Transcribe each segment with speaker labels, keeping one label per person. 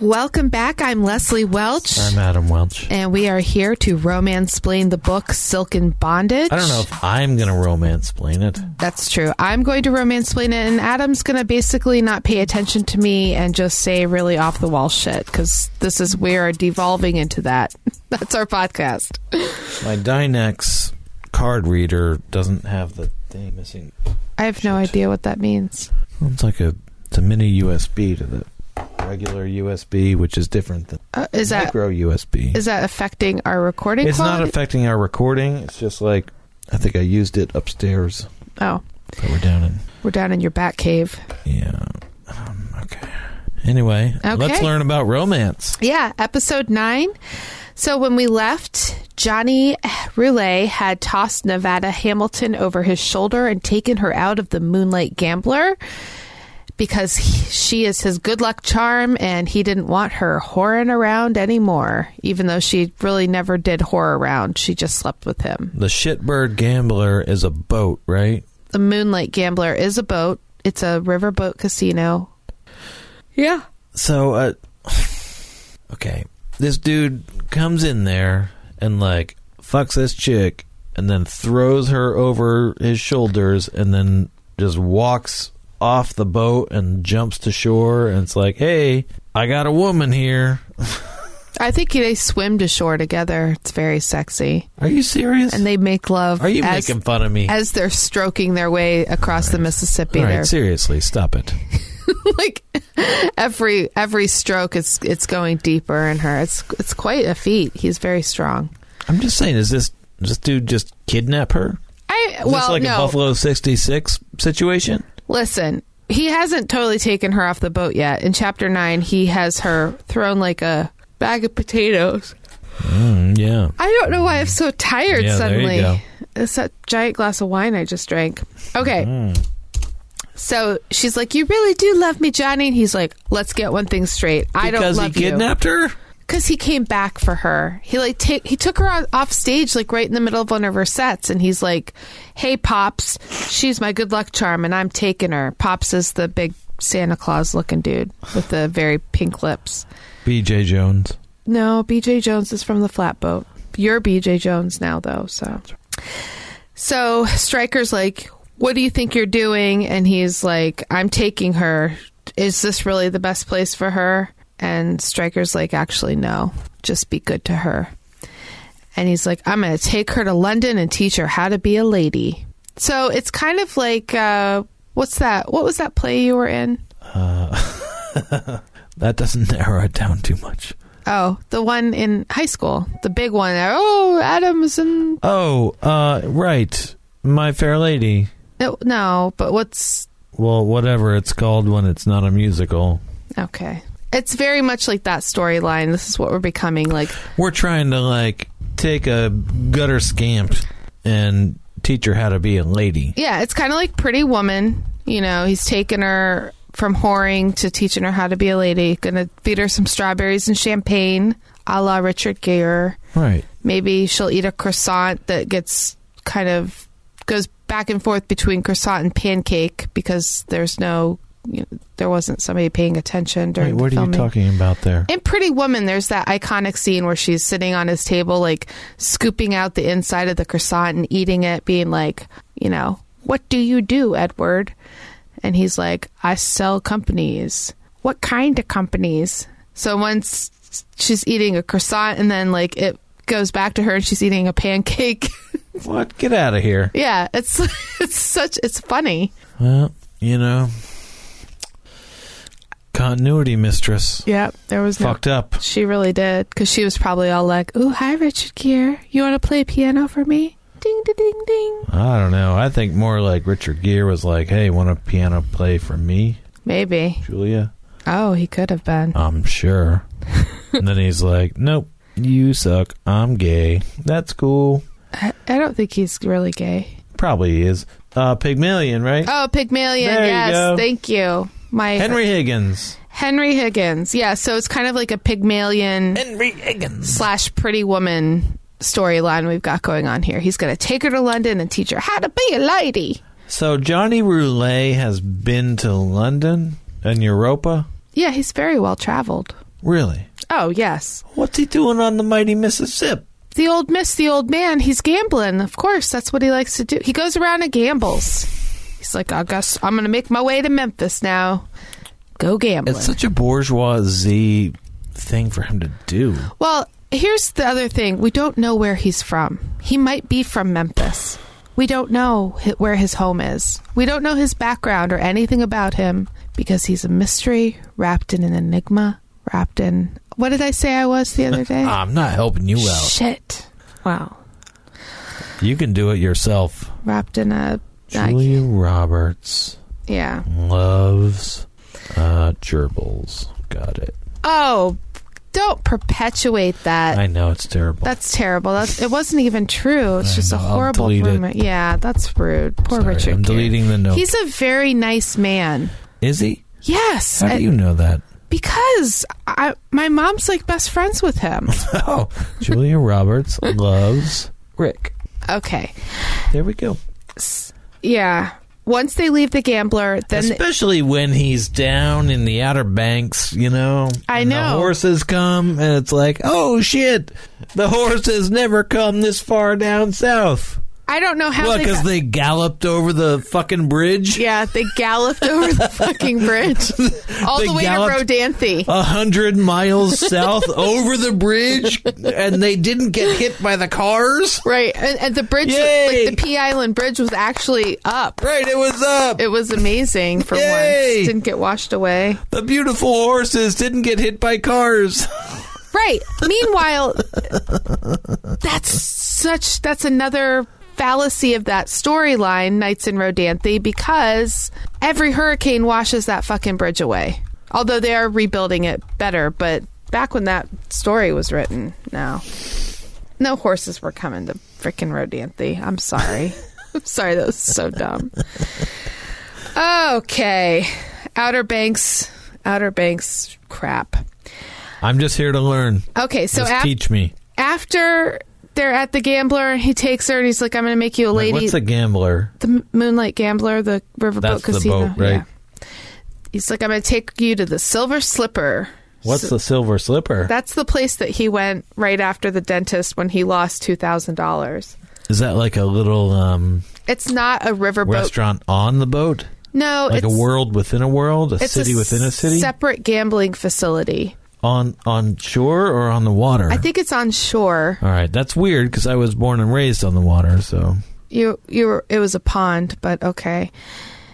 Speaker 1: Welcome back. I'm Leslie Welch.
Speaker 2: I'm Adam Welch.
Speaker 1: and we are here to romance explain the book Silken Bondage.
Speaker 2: I don't know if I'm going to romance explain it.
Speaker 1: That's true. I'm going to romance explain it, and Adam's going to basically not pay attention to me and just say really off the wall shit because this is we are devolving into that. That's our podcast.
Speaker 2: My Dynex card reader doesn't have the thing missing.
Speaker 1: I have no
Speaker 2: Shit.
Speaker 1: idea what that means.
Speaker 2: It's like a it's a mini USB to the regular USB, which is different than
Speaker 1: Uh, is that is
Speaker 2: micro USB.
Speaker 1: that affecting our recording?
Speaker 2: It's not
Speaker 1: quality?
Speaker 2: affecting our recording. It's just like I think I used it upstairs,
Speaker 1: oh,
Speaker 2: but we're down in
Speaker 1: we're down in your bat cave.
Speaker 2: yeah. Um, okay. Anyway, let's
Speaker 1: Okay.
Speaker 2: learn about romance.
Speaker 1: Yeah, episode nine. So when we left, Johnny Roulet had tossed Nevada Hamilton over his shoulder and taken her out of the Moonlight Gambler because he, she is his good luck charm and he didn't want her whoring around anymore, even though she really never did whore around. She just slept with him.
Speaker 2: The shitbird gambler is a boat, right?
Speaker 1: The Moonlight Gambler is a boat, it's a riverboat casino. Yeah.
Speaker 2: so uh okay this dude comes in there and like fucks this chick and then throws her over his shoulders and then just walks off the boat and jumps to shore and it's like hey i got a woman here
Speaker 1: I think they swim to shore together. It's very sexy.
Speaker 2: are you serious
Speaker 1: and they make love.
Speaker 2: are you
Speaker 1: as,
Speaker 2: making fun of me
Speaker 1: as they're stroking their way across the Mississippi?
Speaker 2: all right
Speaker 1: They're-
Speaker 2: seriously stop it
Speaker 1: like every every stroke, it's it's going deeper in her. It's it's quite a feat. He's very strong.
Speaker 2: i'm just saying is this does this dude just kidnap her
Speaker 1: I
Speaker 2: is
Speaker 1: well
Speaker 2: this like
Speaker 1: no.
Speaker 2: a buffalo 66 situation
Speaker 1: Listen, he hasn't totally taken her off the boat yet. In chapter nine, he has her thrown like a bag of potatoes.
Speaker 2: Mm, yeah
Speaker 1: I don't know why I'm so tired
Speaker 2: Yeah, there you
Speaker 1: suddenly.
Speaker 2: go.
Speaker 1: It's that giant glass of wine I just drank. Okay.
Speaker 2: Mm.
Speaker 1: So she's like, "You really do love me, Johnny," and he's like, "Let's get one thing straight. I don't
Speaker 2: because he
Speaker 1: love you."
Speaker 2: kidnapped her
Speaker 1: because he came back for her. He like take he took her on, off stage like right in the middle of one of her sets, and he's like, "Hey, pops, she's my good luck charm, and I'm taking her." Pops is the big Santa Claus looking dude with the very pink lips.
Speaker 2: BJ Jones.
Speaker 1: No, BJ Jones is from the flatboat. You're BJ Jones now though, so. So Stryker's like, "What do you think you're doing?" And he's like, "I'm taking her. Is this really the best place for her?" And Stryker's like, "Actually, no. Just be good to her." And he's like, "I'm going to take her to London and teach her how to be a lady." So it's kind of like uh, what's that? What was that play you were in?
Speaker 2: Uh, That doesn't narrow it down too much.
Speaker 1: Oh, the one in high school, the big one. Oh, Adams and
Speaker 2: Oh, uh, right. My Fair Lady.
Speaker 1: No, no, but what's
Speaker 2: Well, whatever it's called when it's not a musical.
Speaker 1: okay? It's very much like that storyline. This is what we're becoming like.
Speaker 2: We're trying to, like, take a gutter scamp and teach her how to be a lady.
Speaker 1: Yeah, it's kind of like Pretty Woman. You know, he's taking her from whoring to teaching her how to be a lady. Gonna feed her some strawberries and champagne, a la Richard Gere.
Speaker 2: Right.
Speaker 1: Maybe she'll eat a croissant that gets kind of goes back and forth between croissant and pancake because there's no, you know, there wasn't somebody paying attention during
Speaker 2: Wait, what
Speaker 1: the
Speaker 2: are you
Speaker 1: filming.
Speaker 2: talking about there?
Speaker 1: In Pretty Woman, there's that iconic scene where she's sitting on his table, like scooping out the inside of the croissant and eating it, being like, you know, what do you do, Edward? And he's like, I sell companies. What kind of companies? So once she's eating a croissant and then like it goes back to her and she's eating a pancake.
Speaker 2: What? Get out of here.
Speaker 1: yeah, it's it's such it's funny.
Speaker 2: Well, you know. Continuity mistress.
Speaker 1: Yeah, there was no
Speaker 2: Fucked up.
Speaker 1: She really did, because she was probably all like, "Ooh, hi, Richard Gere. You want to play piano for me?" Ding, ding, ding, ding.
Speaker 2: I don't know. I think more like Richard Gere was like, hey, want a piano play for me,
Speaker 1: Maybe.
Speaker 2: Julia?
Speaker 1: Oh, he could have been.
Speaker 2: I'm sure. and then he's like, Nope, you suck. I'm gay. That's cool.
Speaker 1: I, I don't think he's really gay.
Speaker 2: Probably is. Uh, Pygmalion, right?
Speaker 1: Oh, Pygmalion.
Speaker 2: There you
Speaker 1: yes,
Speaker 2: go.
Speaker 1: thank you, my
Speaker 2: Henry Higgins.
Speaker 1: Henry Higgins. Yeah, so it's kind of like a Pygmalion
Speaker 2: Henry Higgins.
Speaker 1: slash Pretty Woman storyline we've got going on here. He's going to take her to London and teach her how to be a lady.
Speaker 2: So Johnny Roulet has been to London and Europa.
Speaker 1: Yeah, he's very well traveled.
Speaker 2: Really?
Speaker 1: Oh, yes.
Speaker 2: What's he doing on the mighty Mississippi?
Speaker 1: The old miss, the old man, he's gambling. Of course, that's what he likes to do. He goes around and gambles. He's like, I guess I'm going to make my way to Memphis now. Go gambling.
Speaker 2: It's such a bourgeoisie thing for him to do.
Speaker 1: well, here's the other thing we don't know where he's from. He might be from Memphis. We don't know hi- where his home is. We don't know his background or anything about him because he's a mystery wrapped in an enigma, wrapped in. What did I say I was the other day?
Speaker 2: I'm not helping you out.
Speaker 1: Shit. Wow.
Speaker 2: You can do it yourself.
Speaker 1: Wrapped in a. I-
Speaker 2: Julia Roberts
Speaker 1: yeah.
Speaker 2: loves uh, gerbils. Got it.
Speaker 1: Oh, don't perpetuate that.
Speaker 2: I know it's terrible.
Speaker 1: Uh, That's terrible. That's, it wasn't even true. It's
Speaker 2: I
Speaker 1: just a
Speaker 2: know. I'll
Speaker 1: horrible
Speaker 2: delete it.
Speaker 1: rumor. Yeah, that's rude. Poor
Speaker 2: Sorry,
Speaker 1: Richard.
Speaker 2: I'm
Speaker 1: Gere.
Speaker 2: deleting the note.
Speaker 1: He's a very nice man.
Speaker 2: Is he?
Speaker 1: Yes,
Speaker 2: How
Speaker 1: I-
Speaker 2: do you know that?
Speaker 1: because I, my mom's like best friends with him.
Speaker 2: Oh, Julia Roberts loves Rick.
Speaker 1: okay.
Speaker 2: There we go.
Speaker 1: S- Yeah. Once they leave the gambler, then
Speaker 2: Especially when he's down in the Outer Banks, you know.
Speaker 1: I
Speaker 2: and The
Speaker 1: know.
Speaker 2: horses come, and it's like, oh shit, the horses never come this far down south.
Speaker 1: I don't know how
Speaker 2: What?
Speaker 1: they.
Speaker 2: Because they galloped over the fucking bridge.
Speaker 1: yeah, they galloped over the fucking bridge, all
Speaker 2: They
Speaker 1: the way
Speaker 2: galloped-
Speaker 1: to Rodanthe.
Speaker 2: A hundred miles south over the bridge, and they didn't get hit by the cars.
Speaker 1: Right, and, and the bridge,
Speaker 2: Yay!
Speaker 1: like the P Island bridge, was actually up.
Speaker 2: Right, it was up.
Speaker 1: It was amazing for
Speaker 2: Yay!
Speaker 1: once. Didn't get washed away.
Speaker 2: the beautiful horses didn't get hit by cars.
Speaker 1: Right. Meanwhile, that's such that's another fallacy of that storyline, Knights in Rodanthe, because every hurricane washes that fucking bridge away. Although they are rebuilding it better, but back when that story was written, no. No horses were coming to frickin' Rodanthe. I'm sorry. I'm sorry, that was so dumb. Okay. Outer Banks Outer Banks crap.
Speaker 2: I'm just here to learn.
Speaker 1: Okay, so
Speaker 2: just
Speaker 1: af-
Speaker 2: teach me.
Speaker 1: after they're at the gambler, he takes her and he's like, "I'm going to make you a
Speaker 2: Like,
Speaker 1: lady."
Speaker 2: what's a gambler?
Speaker 1: the M- Moonlight Gambler, the riverboat
Speaker 2: That's the
Speaker 1: casino.
Speaker 2: boat, right?
Speaker 1: He's like, "I'm going to take you to the Silver Slipper."
Speaker 2: What's
Speaker 1: So
Speaker 2: the silver slipper?
Speaker 1: that's the place that he went right after the dentist when he lost two thousand dollars.
Speaker 2: Is that like a little um,
Speaker 1: It's not a riverboat.
Speaker 2: restaurant on the boat?
Speaker 1: No,
Speaker 2: Like
Speaker 1: it's
Speaker 2: a world within a world, a
Speaker 1: It's
Speaker 2: city within a city,
Speaker 1: Separate gambling facility.
Speaker 2: on on shore or on the water?
Speaker 1: I think it's on shore.
Speaker 2: All right, that's weird because I was born and raised on the water, so
Speaker 1: You, you. Were, it was a pond, but okay.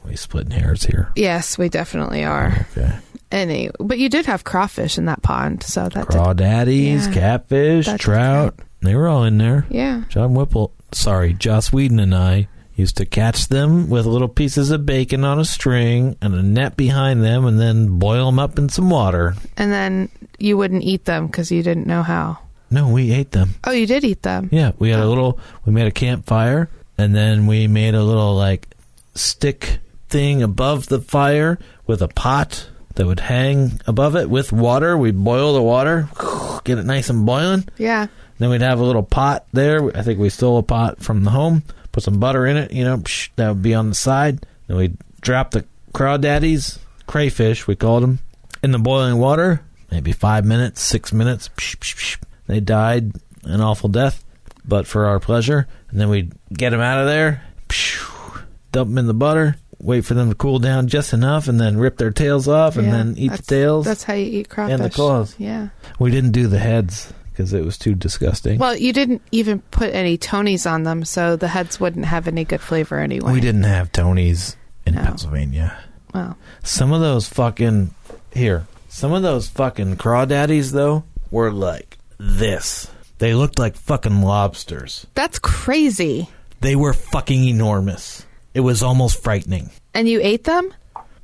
Speaker 2: we splitting hairs here.
Speaker 1: Yes, we definitely are.
Speaker 2: Okay,
Speaker 1: any but you did have crawfish in that pond so that did,
Speaker 2: crawdaddies,
Speaker 1: Yeah.
Speaker 2: catfish,
Speaker 1: That did
Speaker 2: trout, they were all in there.
Speaker 1: yeah
Speaker 2: John Whipple, sorry, Joss Whedon and I used to catch them with little pieces of bacon on a string and a net behind them, and then boil them up in some water.
Speaker 1: and then you wouldn't eat them because you didn't know how
Speaker 2: No, we ate them.
Speaker 1: oh you did eat them
Speaker 2: Yeah, we had a
Speaker 1: Oh.
Speaker 2: little. We made a campfire, and then we made a little like stick thing above the fire with a pot that would hang above it with water. We'd boil the water, get it nice and boiling.
Speaker 1: yeah
Speaker 2: Then we'd have a little pot there. I think we stole a pot from the home, put some butter in it. You know, psh, that would be on the side. Then we'd drop the crawdaddies, crayfish, we called them, in the boiling water. Maybe five minutes, six minutes. Psh, psh, psh. They died an awful death, but for our pleasure. And then we'd get them out of there, psh, dump them in the butter, wait for them to cool down just enough, and then rip their tails off and
Speaker 1: Yeah,
Speaker 2: then eat the
Speaker 1: that's-
Speaker 2: tails.
Speaker 1: that's how you eat crawfish
Speaker 2: the claws.
Speaker 1: yeah
Speaker 2: We didn't do the heads because it was too disgusting.
Speaker 1: well you didn't even put any tonies on them so the heads wouldn't have any good flavor anyway
Speaker 2: We didn't have Tony's in
Speaker 1: No.
Speaker 2: Pennsylvania.
Speaker 1: well
Speaker 2: Some of those fucking here. Some of those fucking crawdaddies though were like this. They looked like fucking lobsters.
Speaker 1: that's crazy
Speaker 2: They were fucking enormous. It was almost frightening.
Speaker 1: and you ate them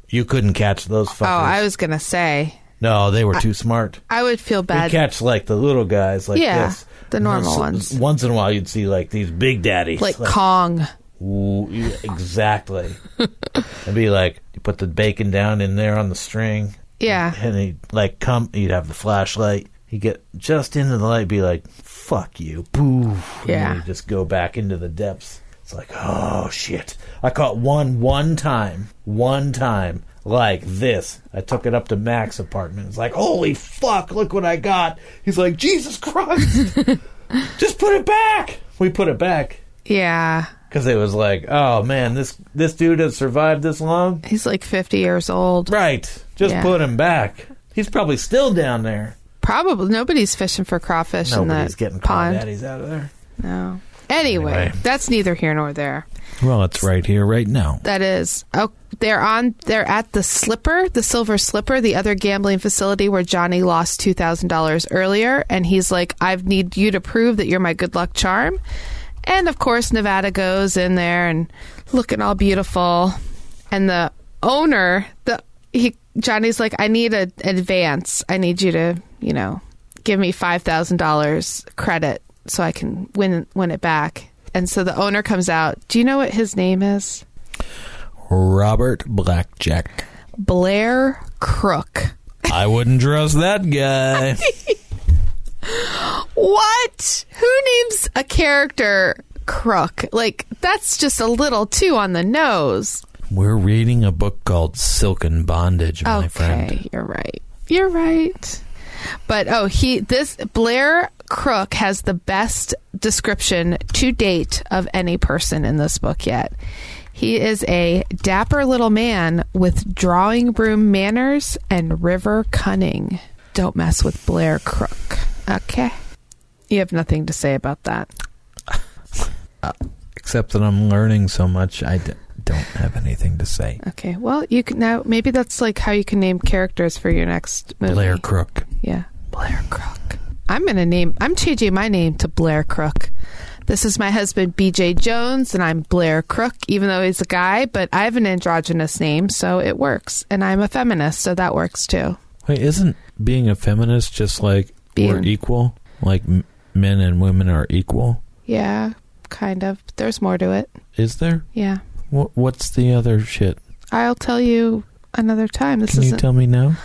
Speaker 2: You couldn't catch those fuckers.
Speaker 1: oh i was gonna say
Speaker 2: no, they were too smart.
Speaker 1: i would feel
Speaker 2: You
Speaker 1: bad
Speaker 2: catch like the little guys like
Speaker 1: Yeah,
Speaker 2: this.
Speaker 1: the
Speaker 2: And then
Speaker 1: normal
Speaker 2: s-
Speaker 1: ones.
Speaker 2: Once in a while, you'd see like these big daddies,
Speaker 1: like kong
Speaker 2: Ooh, yeah, exactly. It'd be like you put the bacon down in there on the string.
Speaker 1: Yeah.
Speaker 2: And he'd like come he'd have the flashlight. He'd get just into the light, be like, Fuck you. Boo.
Speaker 1: Yeah.
Speaker 2: And he'd just go back into the depths. It's like, oh shit. I caught one one time. One time. like this. I took it up to Mac's apartment. It's like, holy fuck, look what I got. He's like, Jesus Christ, just put it back. We put it back
Speaker 1: Yeah.
Speaker 2: because it was like, oh man, this this dude has survived this long.
Speaker 1: He's like 50 years old.
Speaker 2: Right, just
Speaker 1: Yeah.
Speaker 2: put him back. He's probably still down there.
Speaker 1: Probably nobody's fishing for crawfish
Speaker 2: Nobody's
Speaker 1: in that
Speaker 2: getting
Speaker 1: pond.
Speaker 2: crawdaddies out of there.
Speaker 1: No. Anyway,
Speaker 2: Anyway.
Speaker 1: that's neither here nor there.
Speaker 2: Well, it's right here, right now.
Speaker 1: That is. Oh, they're on. They're at the Slipper, the Silver Slipper, the other gambling facility where Johnny lost two thousand dollars earlier, and he's like, "I need you to prove that you're my good luck charm." And of course, Nevada goes in there and looking all beautiful, and the owner, the he Johnny's like, "I need an advance. I need you to, you know, give me five thousand dollars credit so I can win win it back." And so the owner comes out. Do you know what his name is?
Speaker 2: Robert Blackjack.
Speaker 1: Blair Crook.
Speaker 2: I wouldn't trust that guy.
Speaker 1: What? Who names a character Crook? Like, that's just a little too on the nose.
Speaker 2: We're reading a book called Silken Bondage, my
Speaker 1: okay,
Speaker 2: friend.
Speaker 1: you're right. You're right. But oh, he this Blair Crook has the best description to date of any person in this book yet. He is a dapper little man with drawing room manners and river cunning. Don't mess with Blair Crook. Okay. You have nothing to say about that.
Speaker 2: Except that I'm learning so much, I d- don't have anything to say.
Speaker 1: Okay. Well, you can now maybe that's like how you can name characters for your next movie.
Speaker 2: Blair Crook.
Speaker 1: Yeah. Blair Crook. I'm going to name, I'm changing my name to Blair Crook. This is my husband, BJ Jones, and I'm Blair Crook, even though he's a guy, but I have an androgynous name, so it works. And I'm a feminist, so that works too.
Speaker 2: Wait, isn't being a feminist just like we're
Speaker 1: Being-
Speaker 2: equal? Like m- men and women are equal?
Speaker 1: Yeah, kind of. There's more to it.
Speaker 2: Is there?
Speaker 1: Yeah.
Speaker 2: Wh- what's the other shit?
Speaker 1: I'll tell you another time. This
Speaker 2: Can you
Speaker 1: isn't.
Speaker 2: tell me now?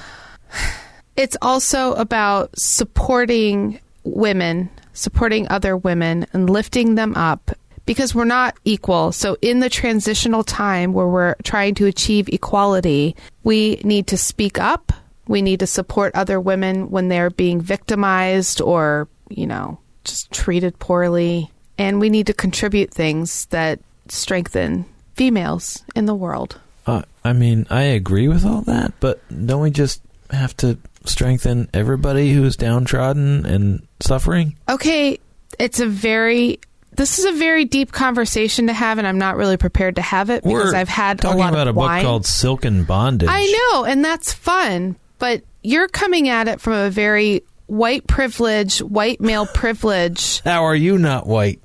Speaker 1: it's also about supporting women, supporting other women, and lifting them up because we're not equal. So, in the transitional time where we're trying to achieve equality, we need to speak up. We need to support other women when they're being victimized or, you know, just treated poorly. And we need to contribute things that strengthen females in the world.
Speaker 2: Uh, I mean, I agree with all that, but don't we just have to strengthen everybody who's downtrodden and suffering?
Speaker 1: okay, it's a very this is a very deep conversation to have, and I'm not really prepared to have it because
Speaker 2: We're
Speaker 1: I've had a
Speaker 2: talking
Speaker 1: lot
Speaker 2: about
Speaker 1: of
Speaker 2: a
Speaker 1: wine.
Speaker 2: book called Silken Bondage.
Speaker 1: I know, and that's fun, but you're coming at it from a very white privilege, white male privilege.
Speaker 2: How are you not white?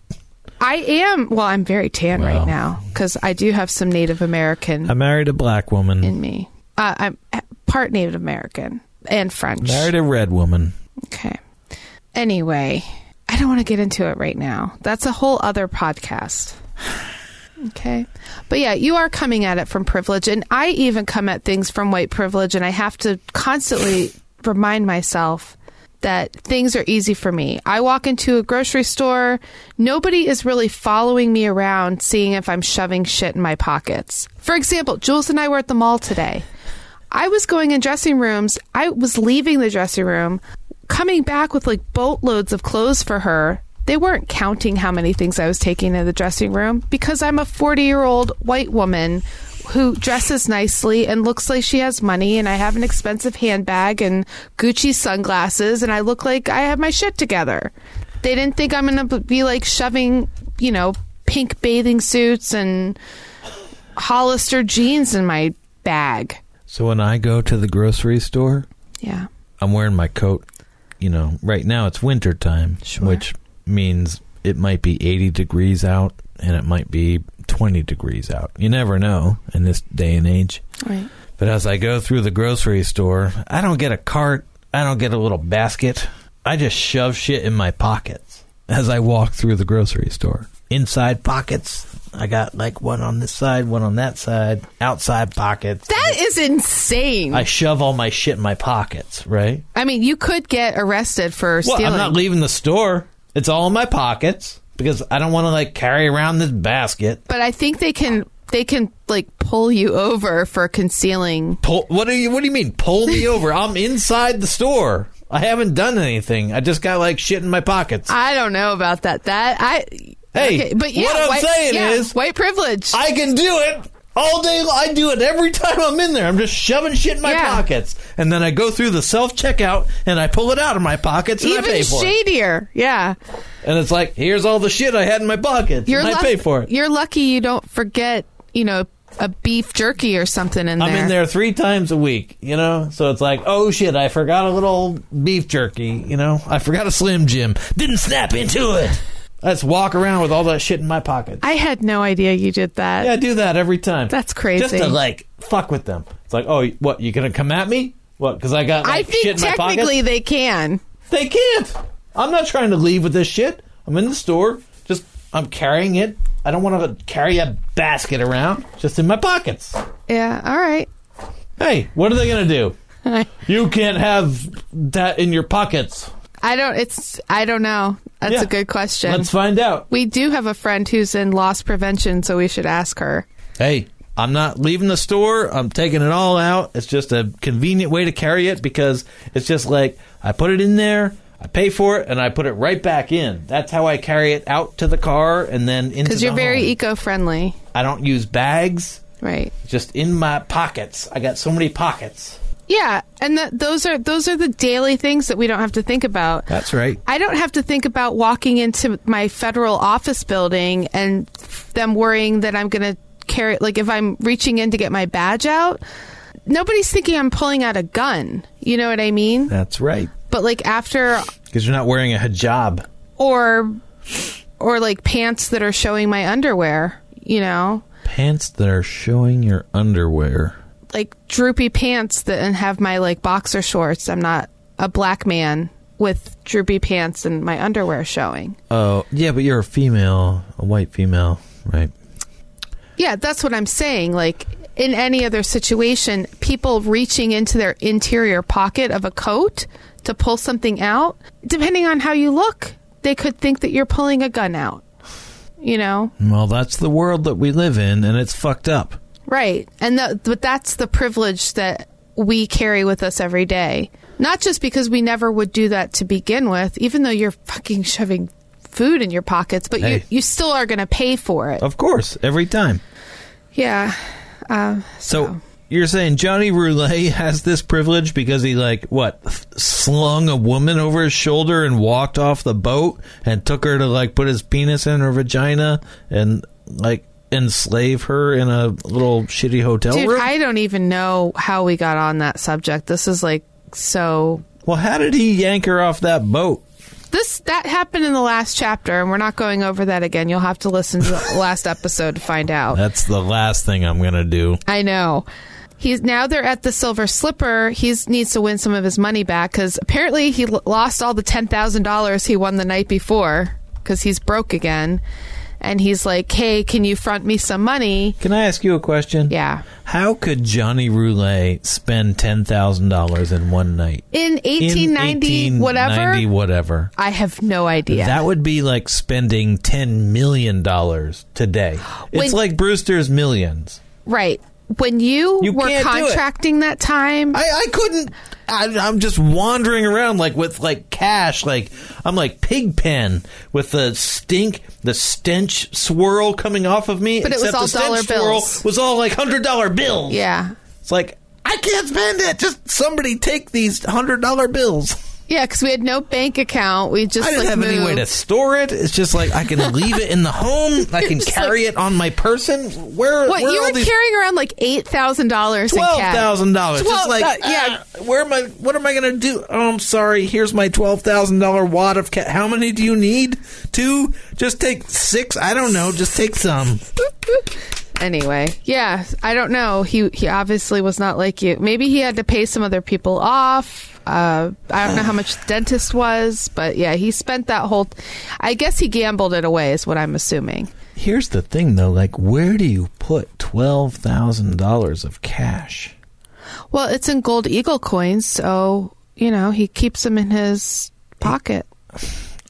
Speaker 1: I am well, I'm very tan
Speaker 2: Wow.
Speaker 1: right now because I do have some Native American
Speaker 2: I married a black woman.
Speaker 1: in me. Uh, I'm part Native American and French.
Speaker 2: married a red woman.
Speaker 1: Okay. Anyway, I don't want to get into it right now. That's a whole other podcast. Okay. But yeah, you are coming at it from privilege. And I even come at things from white privilege. And I have to constantly remind myself that things are easy for me. I walk into a grocery store, nobody is really following me around seeing if I'm shoving shit in my pockets. For example, Jules and I were at the mall today. I was going in dressing rooms. I was leaving the dressing room, coming back with like boatloads of clothes for her. They weren't counting how many things I was taking in the dressing room because I'm a 40 year old white woman who dresses nicely and looks like she has money, and I have an expensive handbag and Gucci sunglasses, and I look like I have my shit together. They didn't think I'm going to be like shoving, you know, pink bathing suits and Hollister jeans in my bag.
Speaker 2: So when I go to the grocery store,
Speaker 1: Yeah.
Speaker 2: I'm wearing my coat. You know, right now it's winter time,
Speaker 1: Sure.
Speaker 2: which means it might be 80 degrees out and it might be 20 degrees out. You never know in this day and age.
Speaker 1: Right.
Speaker 2: But as I go through the grocery store, I don't get a cart. I don't get a little basket. I just shove shit in my pockets as I walk through the grocery store. Inside pockets. I got like one on this side, one on that side. Outside pockets.
Speaker 1: That is insane.
Speaker 2: I
Speaker 1: I,
Speaker 2: shove all my shit in my pockets, right?
Speaker 1: mean, you could get arrested for
Speaker 2: Well,
Speaker 1: stealing.
Speaker 2: I'm not leaving the store. It's all in my pockets because I don't want to like carry around this basket.
Speaker 1: but I think they can they can like pull you over for concealing.
Speaker 2: Pull, what do you What do you mean? Pull me over? I'm inside the store. I haven't done anything. I just got like shit in my pockets.
Speaker 1: I don't know about that. That I
Speaker 2: Hey, what I'm
Speaker 1: white,
Speaker 2: saying
Speaker 1: yeah,
Speaker 2: is-
Speaker 1: white privilege.
Speaker 2: I can do it all day. lo- I do it every time I'm in there. I'm just shoving shit in my
Speaker 1: Yeah.
Speaker 2: pockets, and then I go through the self checkout and I pull it out of my pockets and I pay
Speaker 1: Even
Speaker 2: for it.
Speaker 1: shadier. Yeah.
Speaker 2: And it's like, here's all the shit I had in my pockets.
Speaker 1: You're
Speaker 2: and I
Speaker 1: luck-
Speaker 2: pay for it.
Speaker 1: You're lucky you don't forget, you know, a beef jerky or something in
Speaker 2: I'm in there three times a week, you know? So it's like, oh shit, I forgot a little beef jerky, you know? I forgot a Slim Jim. Didn't snap into it. I just walk around with all that shit in my pocket.
Speaker 1: I had no idea you did that.
Speaker 2: yeah, I do that every time.
Speaker 1: That's crazy.
Speaker 2: Just to like fuck with them. It's like, oh, what? You gonna come at me? What? Because I got
Speaker 1: I
Speaker 2: like, shit
Speaker 1: think
Speaker 2: in my pocket.
Speaker 1: technically they can.
Speaker 2: They can't. I'm not trying to leave with this shit. I'm in the store. Just I'm carrying it. I don't want to carry a basket around. Just in my pockets.
Speaker 1: Yeah. All right.
Speaker 2: Hey, what are they gonna do?
Speaker 1: I,
Speaker 2: You can't have that in your pockets.
Speaker 1: I don't. It's. I don't know. That's
Speaker 2: Yeah.
Speaker 1: a good question.
Speaker 2: Let's find out.
Speaker 1: we do have a friend who's in loss prevention, so we should ask her.
Speaker 2: Hey, I'm not leaving the store. I'm taking it all out. It's just a convenient way to carry it because it's just like I put it in there, I pay for it, and I put it right back in. That's how I carry it out to the car and then into
Speaker 1: Because
Speaker 2: the
Speaker 1: you're very
Speaker 2: home.
Speaker 1: eco friendly.
Speaker 2: I don't use bags.
Speaker 1: Right.
Speaker 2: just in my pockets. I got so many pockets.
Speaker 1: Yeah. And that those are those are the daily things that we don't have to think about.
Speaker 2: That's right.
Speaker 1: I don't have to think about walking into my federal office building and them worrying that I'm going to carry, like, if I'm reaching in to get my badge out, nobody's thinking I'm pulling out a gun. You know what I mean?
Speaker 2: That's right.
Speaker 1: But, like, after,
Speaker 2: Because you're not wearing a hijab.
Speaker 1: or, or like pants that are showing my underwear, you know?
Speaker 2: Pants that are showing your underwear.
Speaker 1: Like droopy pants that and have my, like, boxer shorts. I'm not a black man with droopy pants and my underwear showing.
Speaker 2: Oh, yeah, but you're a female, a white female, right?
Speaker 1: Yeah, that's what I'm saying. Like in any other situation, people reaching into their interior pocket of a coat to pull something out, depending on how you look, they could think that you're pulling a gun out. You know?
Speaker 2: Well, that's the world that we live in, and it's fucked up.
Speaker 1: Right. And the, but that's the privilege that we carry with us every day. Not just because we never would do that to begin with, even though you're fucking shoving food in your pockets, but you,
Speaker 2: Hey. Oh.
Speaker 1: you still are going to pay for it.
Speaker 2: Of course, every time.
Speaker 1: Yeah. Um,
Speaker 2: So you're saying Johnny Roulet has this privilege because he, like, what, slung a woman over his shoulder and walked off the boat and took her to, like, put his penis in her vagina and, like, enslave her in a little shitty hotel
Speaker 1: Dude,
Speaker 2: room?
Speaker 1: I don't even know how we got on that subject. This is like so.
Speaker 2: well, how did he yank her off that boat?
Speaker 1: This that happened in the last chapter, and we're not going over that again. You'll have to listen to the last episode to find out.
Speaker 2: That's the last thing I'm going to do.
Speaker 1: I know. He's now they're at the Silver Slipper. He needs to win some of his money back because apparently he l- lost all the ten thousand dollars he won the night before because he's broke again, and he's like, "Hey, can you front me some money?"
Speaker 2: Can I ask you a question?
Speaker 1: Yeah.
Speaker 2: How could Johnny Roulet spend $10,000 in one night?
Speaker 1: In eighteen
Speaker 2: In
Speaker 1: ninety,
Speaker 2: 1890
Speaker 1: whatever.
Speaker 2: whatever.
Speaker 1: I have no idea.
Speaker 2: That would be like spending ten million dollars today.
Speaker 1: When-
Speaker 2: it's like Brewster's Millions.
Speaker 1: Right. When you,
Speaker 2: You
Speaker 1: were
Speaker 2: can't do it.
Speaker 1: contracting that time,
Speaker 2: I, I couldn't. I, I'm just wandering around like with like cash. Like I'm like Pigpen with the stink, the stench swirl coming off of me.
Speaker 1: But it was
Speaker 2: except
Speaker 1: all
Speaker 2: the stench
Speaker 1: dollar
Speaker 2: swirl
Speaker 1: bills.
Speaker 2: Was all like hundred dollar bills.
Speaker 1: yeah.
Speaker 2: It's like I can't spend it. Just somebody take these hundred dollar bills.
Speaker 1: Yeah, because we had no bank account. We just
Speaker 2: I didn't
Speaker 1: like
Speaker 2: have any
Speaker 1: moved.
Speaker 2: way to store it. It's just like I can leave it in the home. I can
Speaker 1: Just
Speaker 2: carry it on my person. Where?
Speaker 1: What
Speaker 2: where
Speaker 1: you
Speaker 2: are
Speaker 1: were
Speaker 2: all these
Speaker 1: carrying around like eight thousand dollars?
Speaker 2: twelve thousand dollars? Just
Speaker 1: Twelve
Speaker 2: like
Speaker 1: thou- yeah.
Speaker 2: ah, where am I? What am I going to do? Oh, I'm sorry. Here's my twelve thousand dollar wad of cash. How many do you need? Two? Just take six. I don't know. Just take some.
Speaker 1: Anyway, yeah, I don't know. He he obviously was not like you. Maybe he had to pay some other people off. Uh, I don't know how much the dentist was, but yeah, he spent that whole. I guess he gambled it away, is what I'm assuming.
Speaker 2: Here's the thing, though. Like, where do you put twelve thousand dollars of cash?
Speaker 1: Well, it's in gold eagle coins, so you know he keeps them in his pocket.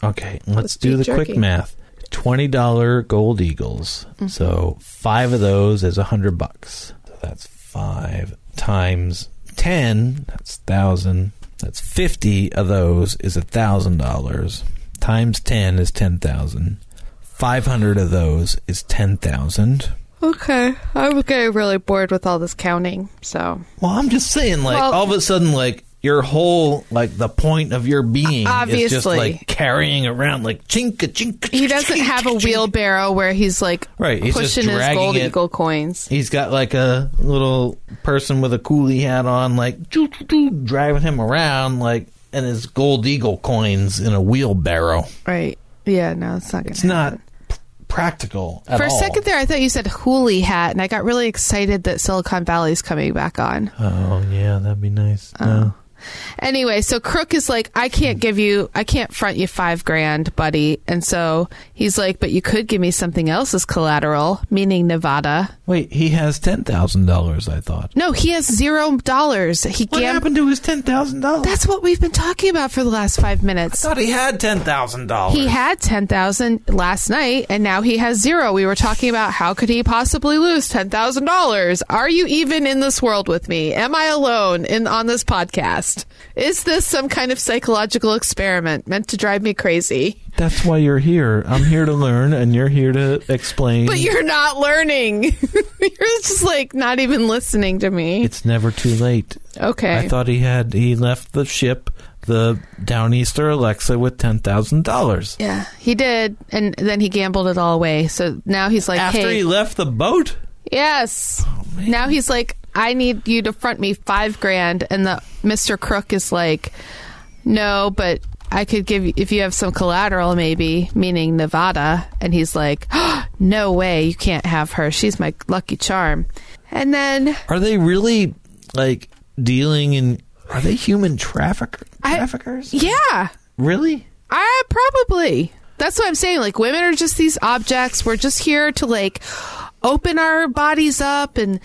Speaker 2: Okay, let's
Speaker 1: beef
Speaker 2: do the
Speaker 1: jerky. Mm-hmm.
Speaker 2: quick math. twenty dollar gold eagles. So five of those is a hundred bucks. So that's five times ten. That's thousand. That's fifty of those is a thousand dollars. Times ten is ten thousand. Five hundred of those is ten thousand.
Speaker 1: Okay. I was getting really bored with all this counting, so
Speaker 2: Well, I'm just saying, like
Speaker 1: Well-
Speaker 2: all of a sudden, like your whole like the point of your being is just
Speaker 1: Obviously.
Speaker 2: like carrying around like chinka chinka.
Speaker 1: he doesn't have a wheelbarrow where he's like
Speaker 2: Right, he's just
Speaker 1: pushing his
Speaker 2: dragging
Speaker 1: gold
Speaker 2: it.
Speaker 1: eagle coins.
Speaker 2: He's got like a little person with a coolie hat on, like doo, doo, doo, driving him around, like and his gold eagle coins in a wheelbarrow.
Speaker 1: Right. Yeah, no, it's not gonna
Speaker 2: It's not p- practical at
Speaker 1: For a
Speaker 2: all.
Speaker 1: second there, I thought you said Hooli hat, and I got really excited that Silicon Valley's coming back on.
Speaker 2: Oh yeah, that'd be nice.
Speaker 1: Oh.
Speaker 2: No.
Speaker 1: Anyway, so Crook is like, I can't give you, I can't front you five grand, buddy. And so he's like, but you could give me something else as collateral, meaning Nevada.
Speaker 2: Wait, he has ten thousand dollars. I thought.
Speaker 1: No, he has zero dollars. He
Speaker 2: What
Speaker 1: gam-
Speaker 2: happened to his ten thousand dollars?
Speaker 1: That's what we've been talking about for the last five minutes.
Speaker 2: Thought he had ten thousand dollars.
Speaker 1: He had ten thousand last night, and now he has zero. We were talking about how could he possibly lose ten thousand dollars? Are you even in this world with me? Am I alone in on this podcast? Is this some kind of psychological experiment meant to drive me crazy?
Speaker 2: That's why you're here. I'm here to learn, and you're here to explain.
Speaker 1: But you're not learning. you're just like not even listening to me.
Speaker 2: it's never too late.
Speaker 1: Okay.
Speaker 2: I thought he had he left the ship, the Downeaster Alexa, with ten thousand dollars.
Speaker 1: yeah, he did, and then he gambled it all away. So now he's like,
Speaker 2: After
Speaker 1: hey,
Speaker 2: he left the boat,
Speaker 1: Yes. now he's like, I need you to front me five grand, and the Mr. Crook is like, No, but I could give you if you have some collateral, maybe meaning Nevada. And he's like, No way, you can't have her. She's my lucky charm. And then
Speaker 2: are they really like dealing in? Are they human traffic
Speaker 1: I-
Speaker 2: traffickers?
Speaker 1: yeah,
Speaker 2: really?
Speaker 1: I probably. That's what I'm saying. Like women are just these objects. We're just here to like open our bodies up and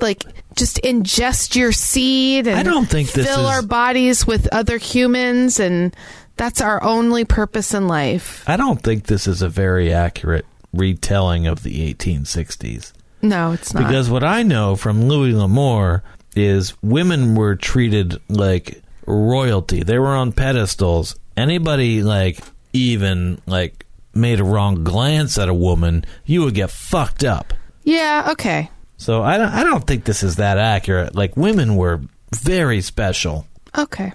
Speaker 1: like just ingest your seed and
Speaker 2: I don't think
Speaker 1: fill
Speaker 2: this is-
Speaker 1: our bodies with other humans and that's our only purpose in life.
Speaker 2: I don't think this is a very accurate retelling of the 1860s.
Speaker 1: No, it's not.
Speaker 2: Because what I know from Louis L'Amour is women were treated like royalty. They were on pedestals. Anybody like even like made a wrong glance at a woman, you would get fucked up.
Speaker 1: yeah, okay.
Speaker 2: So I don't I don't think this is that accurate. Like women were very special.
Speaker 1: Okay.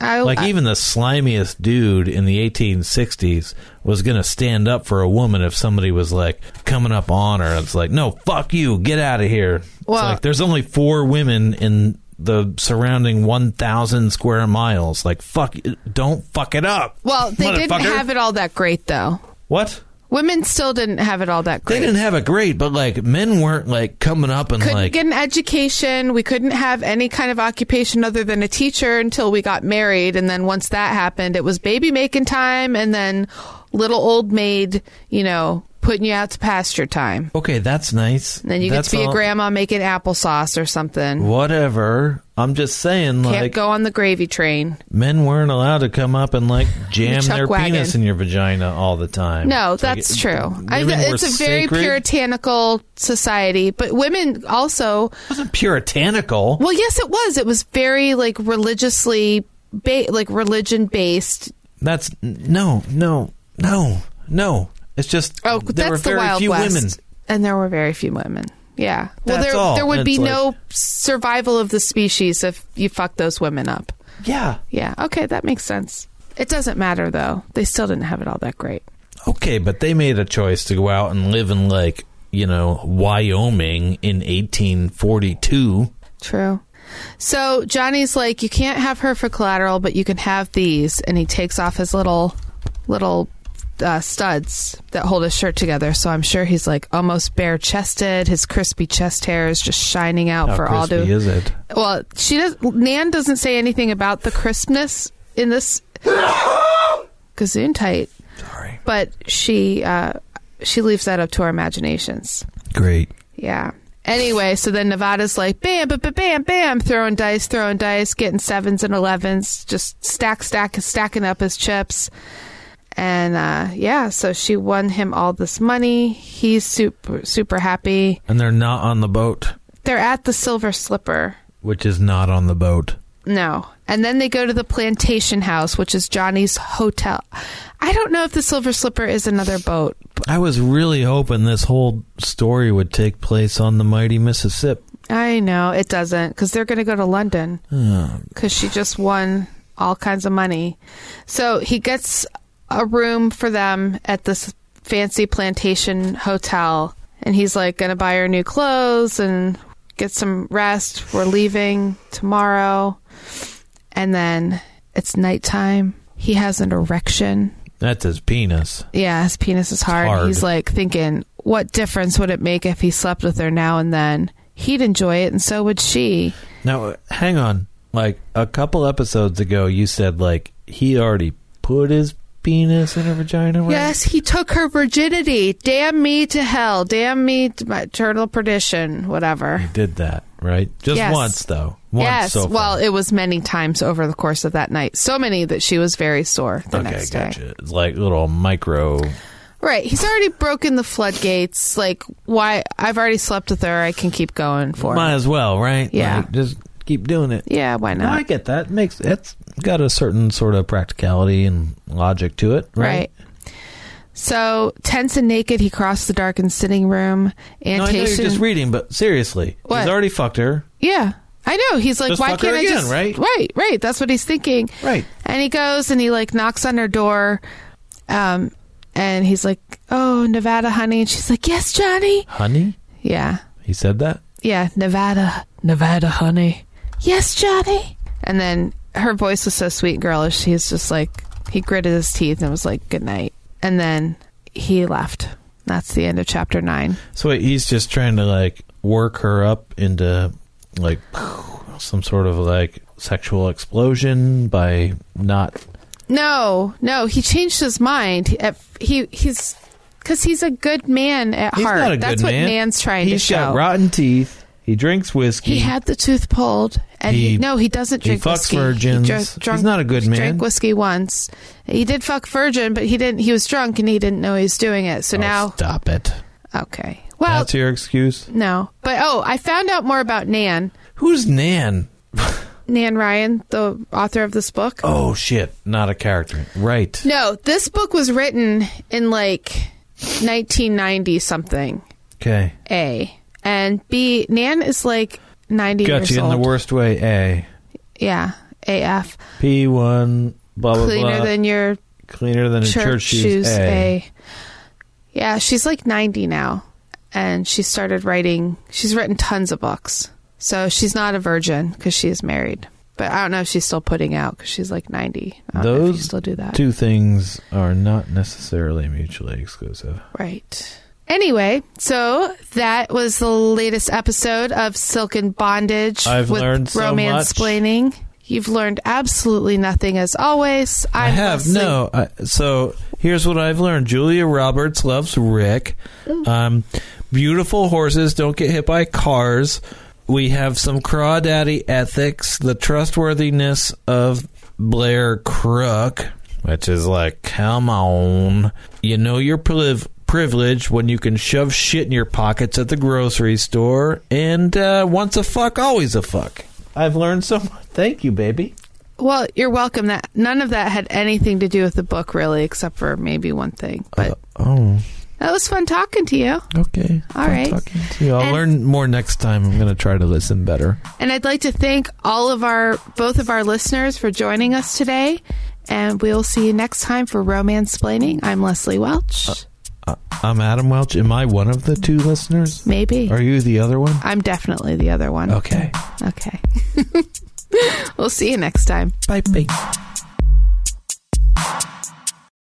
Speaker 1: I
Speaker 2: Like
Speaker 1: I-
Speaker 2: even the slimiest dude in the 1860s was going to stand up for a woman if somebody was like coming up on her. It's like, no, fuck you, get out of here.
Speaker 1: Well-
Speaker 2: it's like there's only four women in the surrounding 1,000 square miles. Like, fuck, don't fuck it up.
Speaker 1: well, they didn't
Speaker 2: motherfucker.
Speaker 1: have it all that great though.
Speaker 2: What?
Speaker 1: Women still didn't have it all that
Speaker 2: They
Speaker 1: great.
Speaker 2: didn't have it great, but like men weren't like coming up and
Speaker 1: couldn't
Speaker 2: like
Speaker 1: get an education. We couldn't have any kind of occupation other than a teacher until we got married. And then once that happened, it was baby making time and then little old maid, you know, putting you out to pasture time.
Speaker 2: Okay, that's nice.
Speaker 1: And then you
Speaker 2: that's
Speaker 1: get to be
Speaker 2: all-
Speaker 1: a grandma making applesauce or something.
Speaker 2: Whatever. I'm just saying,
Speaker 1: Can't
Speaker 2: like,
Speaker 1: go on the gravy train.
Speaker 2: men weren't allowed to come up and like jam
Speaker 1: chuck
Speaker 2: their
Speaker 1: wagon.
Speaker 2: penis in your vagina all the time.
Speaker 1: No,
Speaker 2: It's like,
Speaker 1: that's
Speaker 2: it-
Speaker 1: true. I,
Speaker 2: women
Speaker 1: it's
Speaker 2: were
Speaker 1: a very
Speaker 2: sacred.
Speaker 1: puritanical society, but women also
Speaker 2: It wasn't puritanical.
Speaker 1: Well, yes, it was. It was very like religiously, ba- like religion based.
Speaker 2: That's no, no, no, no. It's just
Speaker 1: Oh, that's
Speaker 2: there were very
Speaker 1: the Wild
Speaker 2: few
Speaker 1: West,
Speaker 2: women.
Speaker 1: and there were very few women. Yeah. Well,
Speaker 2: That's
Speaker 1: there
Speaker 2: all.
Speaker 1: there would
Speaker 2: It's
Speaker 1: be
Speaker 2: like-
Speaker 1: no survival of the species if you fucked those women up.
Speaker 2: Yeah.
Speaker 1: Yeah. Okay, that makes sense. It doesn't matter though. They still didn't have it all that great.
Speaker 2: Okay, but they made a choice to go out and live in like you know Wyoming in 1842.
Speaker 1: True. So Johnny's like, you can't have her for collateral, but you can have these, and he takes off his little little uh, studs that hold his shirt together. So I'm sure he's like almost bare chested. His crispy chest hair is just shining out
Speaker 2: How
Speaker 1: for all
Speaker 2: crispy
Speaker 1: to
Speaker 2: is it?
Speaker 1: Well, she does. Nan doesn't say anything about the crispness in this Gesundheit,
Speaker 2: Sorry.
Speaker 1: but she uh, she leaves that up to our imaginations.
Speaker 2: Great.
Speaker 1: Yeah. Anyway, so then Nevada's like bam, bam, bam, bam, bam, throwing dice, throwing dice, getting sevens and elevens, just stack, stack, stacking up his chips. And uh, yeah, so she won him all this money. He's super super happy.
Speaker 2: And they're not on the boat,
Speaker 1: They're at the Silver Slipper.
Speaker 2: which is not on the boat.
Speaker 1: No. And then they go to the plantation house, which is Johnny's hotel. I don't know if the Silver Slipper is another boat. but
Speaker 2: I was really hoping this whole story would take place on the mighty Mississippi.
Speaker 1: I know it doesn't because they're going to go to London
Speaker 2: Oh,
Speaker 1: because she just won all kinds of money. So he gets a room for them at this fancy plantation hotel. And he's like going to buy her new clothes and get some rest. We're leaving tomorrow. And then it's nighttime. He has an erection.
Speaker 2: that's his penis.
Speaker 1: Yeah, his penis is hard.
Speaker 2: hard.
Speaker 1: He's like thinking, what difference would it make if he slept with her now and then? He'd enjoy it, and so would she.
Speaker 2: Now, hang on. Like a couple episodes ago, you said like he already put his penis in her vagina. right?
Speaker 1: Yes, he took her virginity. Damn me to hell. Damn me to my eternal perdition.
Speaker 2: he
Speaker 1: Whatever.
Speaker 2: did that right just
Speaker 1: Yes.
Speaker 2: once though. Once
Speaker 1: yes.
Speaker 2: so far.
Speaker 1: well, it was many times over the course of that night. So many that she was very sore the
Speaker 2: okay,
Speaker 1: next day.
Speaker 2: gotcha. It's like little micro.
Speaker 1: Right. He's already broken the floodgates. Like, why? I've already slept with her. I can keep going for
Speaker 2: Might
Speaker 1: it.
Speaker 2: as well, right?
Speaker 1: Yeah.
Speaker 2: Like, just keep doing it.
Speaker 1: Yeah, why
Speaker 2: No, I
Speaker 1: not?
Speaker 2: get that. Makes it's got a certain sort of practicality and logic to it,
Speaker 1: Right.
Speaker 2: right?
Speaker 1: So, tense and naked, he crossed the darkened sitting room.
Speaker 2: No, I know you're
Speaker 1: Antation.
Speaker 2: just reading, but seriously,
Speaker 1: What?
Speaker 2: he's already fucked her,
Speaker 1: yeah. I know. He's like,
Speaker 2: Just
Speaker 1: why
Speaker 2: fuck her
Speaker 1: can't I
Speaker 2: again,
Speaker 1: just.
Speaker 2: right?
Speaker 1: Right, right. That's what he's thinking.
Speaker 2: right?
Speaker 1: And he goes and he like knocks on her door. Um, and he's like, Oh, Nevada, honey. And she's like, Yes, Johnny.
Speaker 2: Honey,
Speaker 1: Yeah.
Speaker 2: he said that.
Speaker 1: Yeah. Nevada. Nevada, honey. Yes, Johnny. And then her voice was so sweet and girlish. He's just like, he gritted his teeth and was like, Good night. And then he left. That's the end of chapter nine.
Speaker 2: So wait, he's just trying to like work her up into like some sort of like sexual explosion by not.
Speaker 1: No, no, he changed his mind. At- He he's because he's a good man at
Speaker 2: He's
Speaker 1: heart.
Speaker 2: not a good
Speaker 1: That's what
Speaker 2: man.
Speaker 1: man's trying
Speaker 2: He's
Speaker 1: to show.
Speaker 2: got rotten teeth. He drinks whiskey.
Speaker 1: He had the tooth pulled, and he,
Speaker 2: He-
Speaker 1: no, he doesn't
Speaker 2: he
Speaker 1: drink
Speaker 2: fucks
Speaker 1: whiskey.
Speaker 2: virgins. He's not a good
Speaker 1: he
Speaker 2: man.
Speaker 1: Drank whiskey once. He did fuck virgin, but he didn't. He was drunk, and he didn't know he was doing it. So
Speaker 2: Oh,
Speaker 1: now,
Speaker 2: stop it.
Speaker 1: okay, well,
Speaker 2: That's your excuse.
Speaker 1: no, but oh, I found out more about Nan,
Speaker 2: Who's Nan?
Speaker 1: Nan Ryan, the author of this book.
Speaker 2: Oh shit, not a character. Right.
Speaker 1: No, this book was written in like 1990 something.
Speaker 2: Okay.
Speaker 1: A and B. Nan is like 90
Speaker 2: Got
Speaker 1: years
Speaker 2: you in
Speaker 1: old.
Speaker 2: the worst way. A
Speaker 1: yeah, AF.
Speaker 2: P one blah blah
Speaker 1: Cleaner
Speaker 2: blah.
Speaker 1: than your
Speaker 2: cleaner than a church, shoes. A.
Speaker 1: Yeah, she's like 90 now, and she started writing. She's written tons of books, so she's not a virgin because she is married. But I don't know if she's still putting out because she's like 90. I don't know if you
Speaker 2: Those
Speaker 1: still do that,
Speaker 2: Two things are not necessarily mutually exclusive.
Speaker 1: right? Anyway, so that was the latest episode of Silk and Bondage.
Speaker 2: I've
Speaker 1: with
Speaker 2: learned so
Speaker 1: romance planning. You've learned absolutely nothing as always.
Speaker 2: i
Speaker 1: I'm
Speaker 2: have
Speaker 1: Leslie.
Speaker 2: no. I, so here's what I've learned: Julia Roberts loves Rick. Um, beautiful horses don't get hit by cars. We have some crawdaddy ethics. The trustworthiness of Blair Crook, which is like, come on. You know your priv- privilege when you can shove shit in your pockets at the grocery store. And uh, once a fuck, always a fuck. I've learned so much. Thank you, baby.
Speaker 1: Well, you're welcome. That none of that had anything to do with the book, really, except for maybe one thing. But
Speaker 2: oh.
Speaker 1: that was fun talking to you.
Speaker 2: Okay.
Speaker 1: All right.
Speaker 2: talking to you. I'll
Speaker 1: And-
Speaker 2: learn more next time. I'm going to try to listen better.
Speaker 1: And I'd like to thank all of our both of our listeners for joining us today. And we'll see you next time for romance planning. I'm Leslie Welch.
Speaker 2: Uh, I- I'm Adam Welch. Am I one of the two listeners?
Speaker 1: maybe.
Speaker 2: Are you the other one?
Speaker 1: I'm definitely the other one.
Speaker 2: Okay.
Speaker 1: Okay. we'll see you next time.
Speaker 2: Bye bye.